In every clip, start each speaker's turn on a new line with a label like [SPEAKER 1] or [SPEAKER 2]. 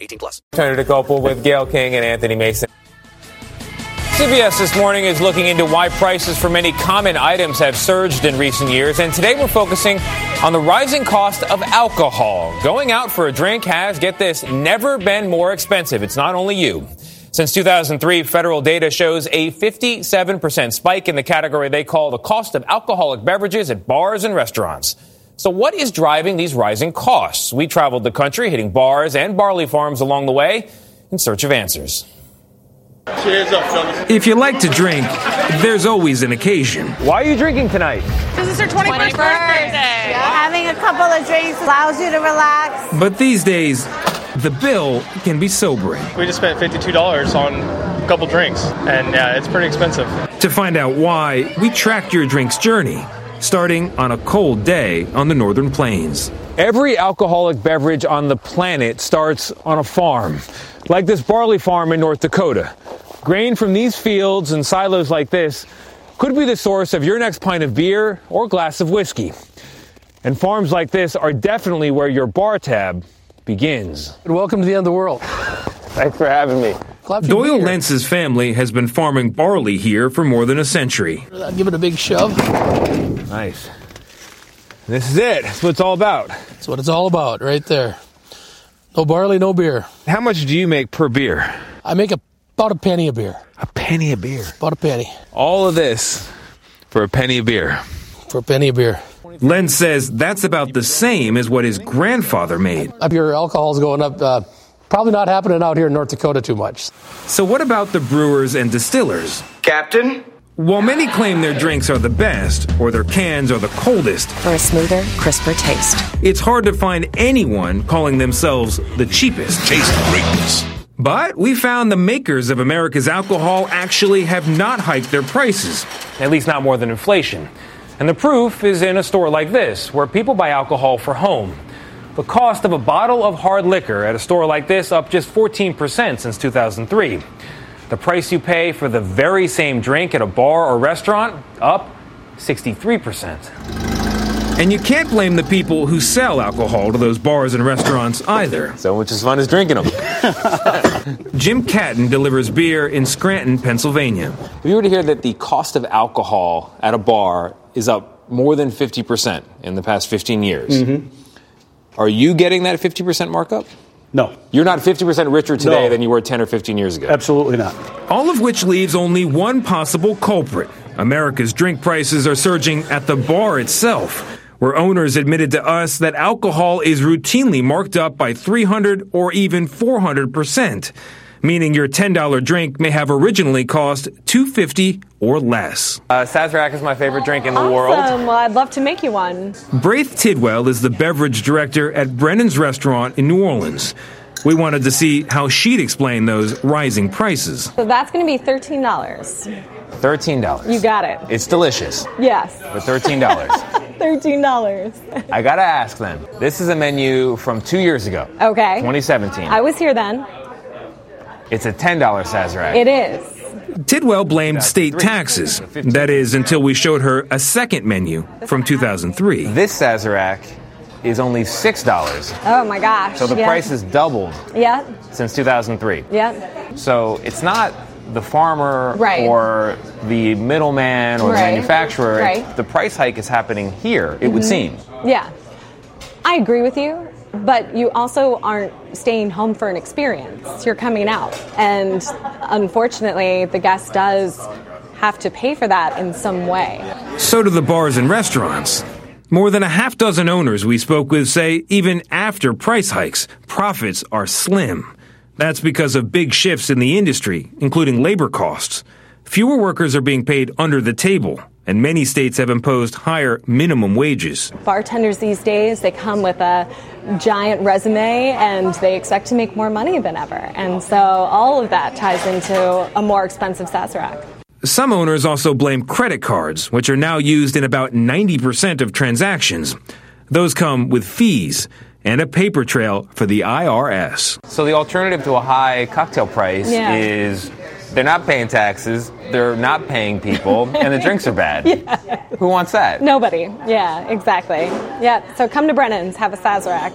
[SPEAKER 1] 18 plus.
[SPEAKER 2] Senator DeCopel with Gail King and Anthony Mason. CBS This Morning is looking into why prices for many common items have surged in recent years, and today we're focusing on the rising cost of alcohol. Going out for a drink has, get this, never been more expensive. It's not only you. Since 2003, federal data shows a 57% spike in the category they call the cost of alcoholic beverages at bars and restaurants. So, what is driving these rising costs? We traveled the country, hitting bars and barley farms along the way in search of answers.
[SPEAKER 3] Cheers up, fellas.
[SPEAKER 4] If you like to drink, there's always an occasion.
[SPEAKER 2] Why are you drinking tonight?
[SPEAKER 5] This is her 21st, birthday.
[SPEAKER 6] Having a couple of drinks allows you to relax.
[SPEAKER 4] But these days, the bill can be sobering.
[SPEAKER 3] We just spent $52 on a couple drinks, and yeah, it's pretty expensive.
[SPEAKER 4] To find out why, we tracked your drink's journey, starting on a cold day on the Northern Plains.
[SPEAKER 2] Every alcoholic beverage on the planet starts on a farm, like this barley farm in North Dakota. Grain from these fields and silos like this could be the source of your next pint of beer or glass of whiskey. And farms like this are definitely where your bar tab begins.
[SPEAKER 7] Welcome to the end of the world.
[SPEAKER 2] Thanks for having me.
[SPEAKER 7] Clap your
[SPEAKER 4] Doyle
[SPEAKER 7] beer.
[SPEAKER 4] Lentz's family has been farming barley here for more than a century.
[SPEAKER 7] I'd give it a big shove.
[SPEAKER 2] Nice. This is it. That's what it's all about.
[SPEAKER 7] That's what it's all about, right there. No barley, no beer.
[SPEAKER 2] How much do you make per beer?
[SPEAKER 7] I make a, about a penny a beer.
[SPEAKER 2] A penny a beer.
[SPEAKER 7] About a penny
[SPEAKER 2] All of this for a penny a beer.
[SPEAKER 7] for a penny a beer.
[SPEAKER 4] Lentz says that's about the same as what his grandfather made.
[SPEAKER 7] Up here, alcohol's going up. Uh, probably not happening out here in North Dakota too much.
[SPEAKER 4] So, what about the brewers and distillers?
[SPEAKER 8] Captain?
[SPEAKER 4] While many claim their drinks are the best or their cans are the coldest,
[SPEAKER 9] for a smoother, crisper taste.
[SPEAKER 4] it's hard to find anyone calling themselves the cheapest.
[SPEAKER 10] Taste greatness.
[SPEAKER 4] But we found the makers of America's alcohol actually have not hiked their prices.
[SPEAKER 2] At least not more than inflation. And the proof is in a store like this, where people buy alcohol for home. The cost of a bottle of hard liquor at a store like this up just 14% since 2003. The price you pay for the very same drink at a bar or restaurant up 63%.
[SPEAKER 4] And you can't blame the people who sell alcohol to those bars and restaurants either.
[SPEAKER 2] So much as fun as drinking them.
[SPEAKER 4] Jim Catton delivers beer in Scranton, Pennsylvania.
[SPEAKER 2] If you were to hear that the cost of alcohol at a bar is up more than 50% in the past 15 years,
[SPEAKER 8] Mm-hmm.
[SPEAKER 2] are you getting that 50% markup?
[SPEAKER 8] No,
[SPEAKER 2] You're not 50% richer today
[SPEAKER 8] No.
[SPEAKER 2] than you were 10 or 15 years ago.
[SPEAKER 8] absolutely not.
[SPEAKER 4] All of which leaves only one possible culprit. America's drink prices are surging at the bar itself, where owners admitted to us that alcohol is routinely marked up by 300 or even 400%, meaning your $10 drink may have originally cost 250 or less.
[SPEAKER 2] Uh, Sazerac is my favorite drink in the world.
[SPEAKER 6] Awesome. Well, I'd love to make you one.
[SPEAKER 4] Braith Tidwell is the beverage director at Brennan's restaurant in New Orleans. We wanted to see how she'd explain those rising prices.
[SPEAKER 6] So that's going to be thirteen dollars.
[SPEAKER 2] $13.
[SPEAKER 6] You got it.
[SPEAKER 2] It's delicious
[SPEAKER 6] Yes,
[SPEAKER 2] for $13.
[SPEAKER 6] thirteen dollars.
[SPEAKER 2] I gotta ask them. This is a menu from two years ago,
[SPEAKER 6] Okay.
[SPEAKER 2] 2017.
[SPEAKER 6] I was here then.
[SPEAKER 2] it's a $10 Sazerac.
[SPEAKER 6] It is.
[SPEAKER 4] Tidwell blamed state taxes. That is, until we showed her a second menu from 2003.
[SPEAKER 2] This Sazerac is only $6.
[SPEAKER 6] Oh my gosh.
[SPEAKER 2] So the
[SPEAKER 6] yeah.
[SPEAKER 2] price has doubled
[SPEAKER 6] Yep.
[SPEAKER 2] since 2003.
[SPEAKER 6] Yep.
[SPEAKER 2] So it's not the farmer
[SPEAKER 6] Right.
[SPEAKER 2] or the middleman or the
[SPEAKER 6] Right.
[SPEAKER 2] manufacturer.
[SPEAKER 6] Right. Mm-hmm.
[SPEAKER 2] The price hike is happening here, it would seem.
[SPEAKER 6] Yeah. I agree with you, but you also aren't staying home for an experience. You're coming out, and unfortunately, the guest does have to pay for that in some way.
[SPEAKER 4] So do the bars and restaurants. More than a half dozen owners we spoke with say even after price hikes, profits are slim. That's because of big shifts in the industry, including labor costs. fewer workers are being paid under the table, and many states have imposed higher minimum wages.
[SPEAKER 6] Bartenders these days, they come with a giant resume and they expect to make more money than ever. And so all of that ties into a more expensive Sazerac.
[SPEAKER 4] Some owners also blame credit cards, which are now used in about 90% of transactions. Those come with fees and a paper trail for the IRS.
[SPEAKER 8] So the alternative to a high cocktail price
[SPEAKER 6] Yeah.
[SPEAKER 8] is they're not paying taxes, they're not paying people, and the drinks are bad. Who wants that?
[SPEAKER 6] Nobody. Yeah, exactly. Yeah, so come to Brennan's, have a Sazerac.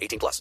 [SPEAKER 1] 18 plus.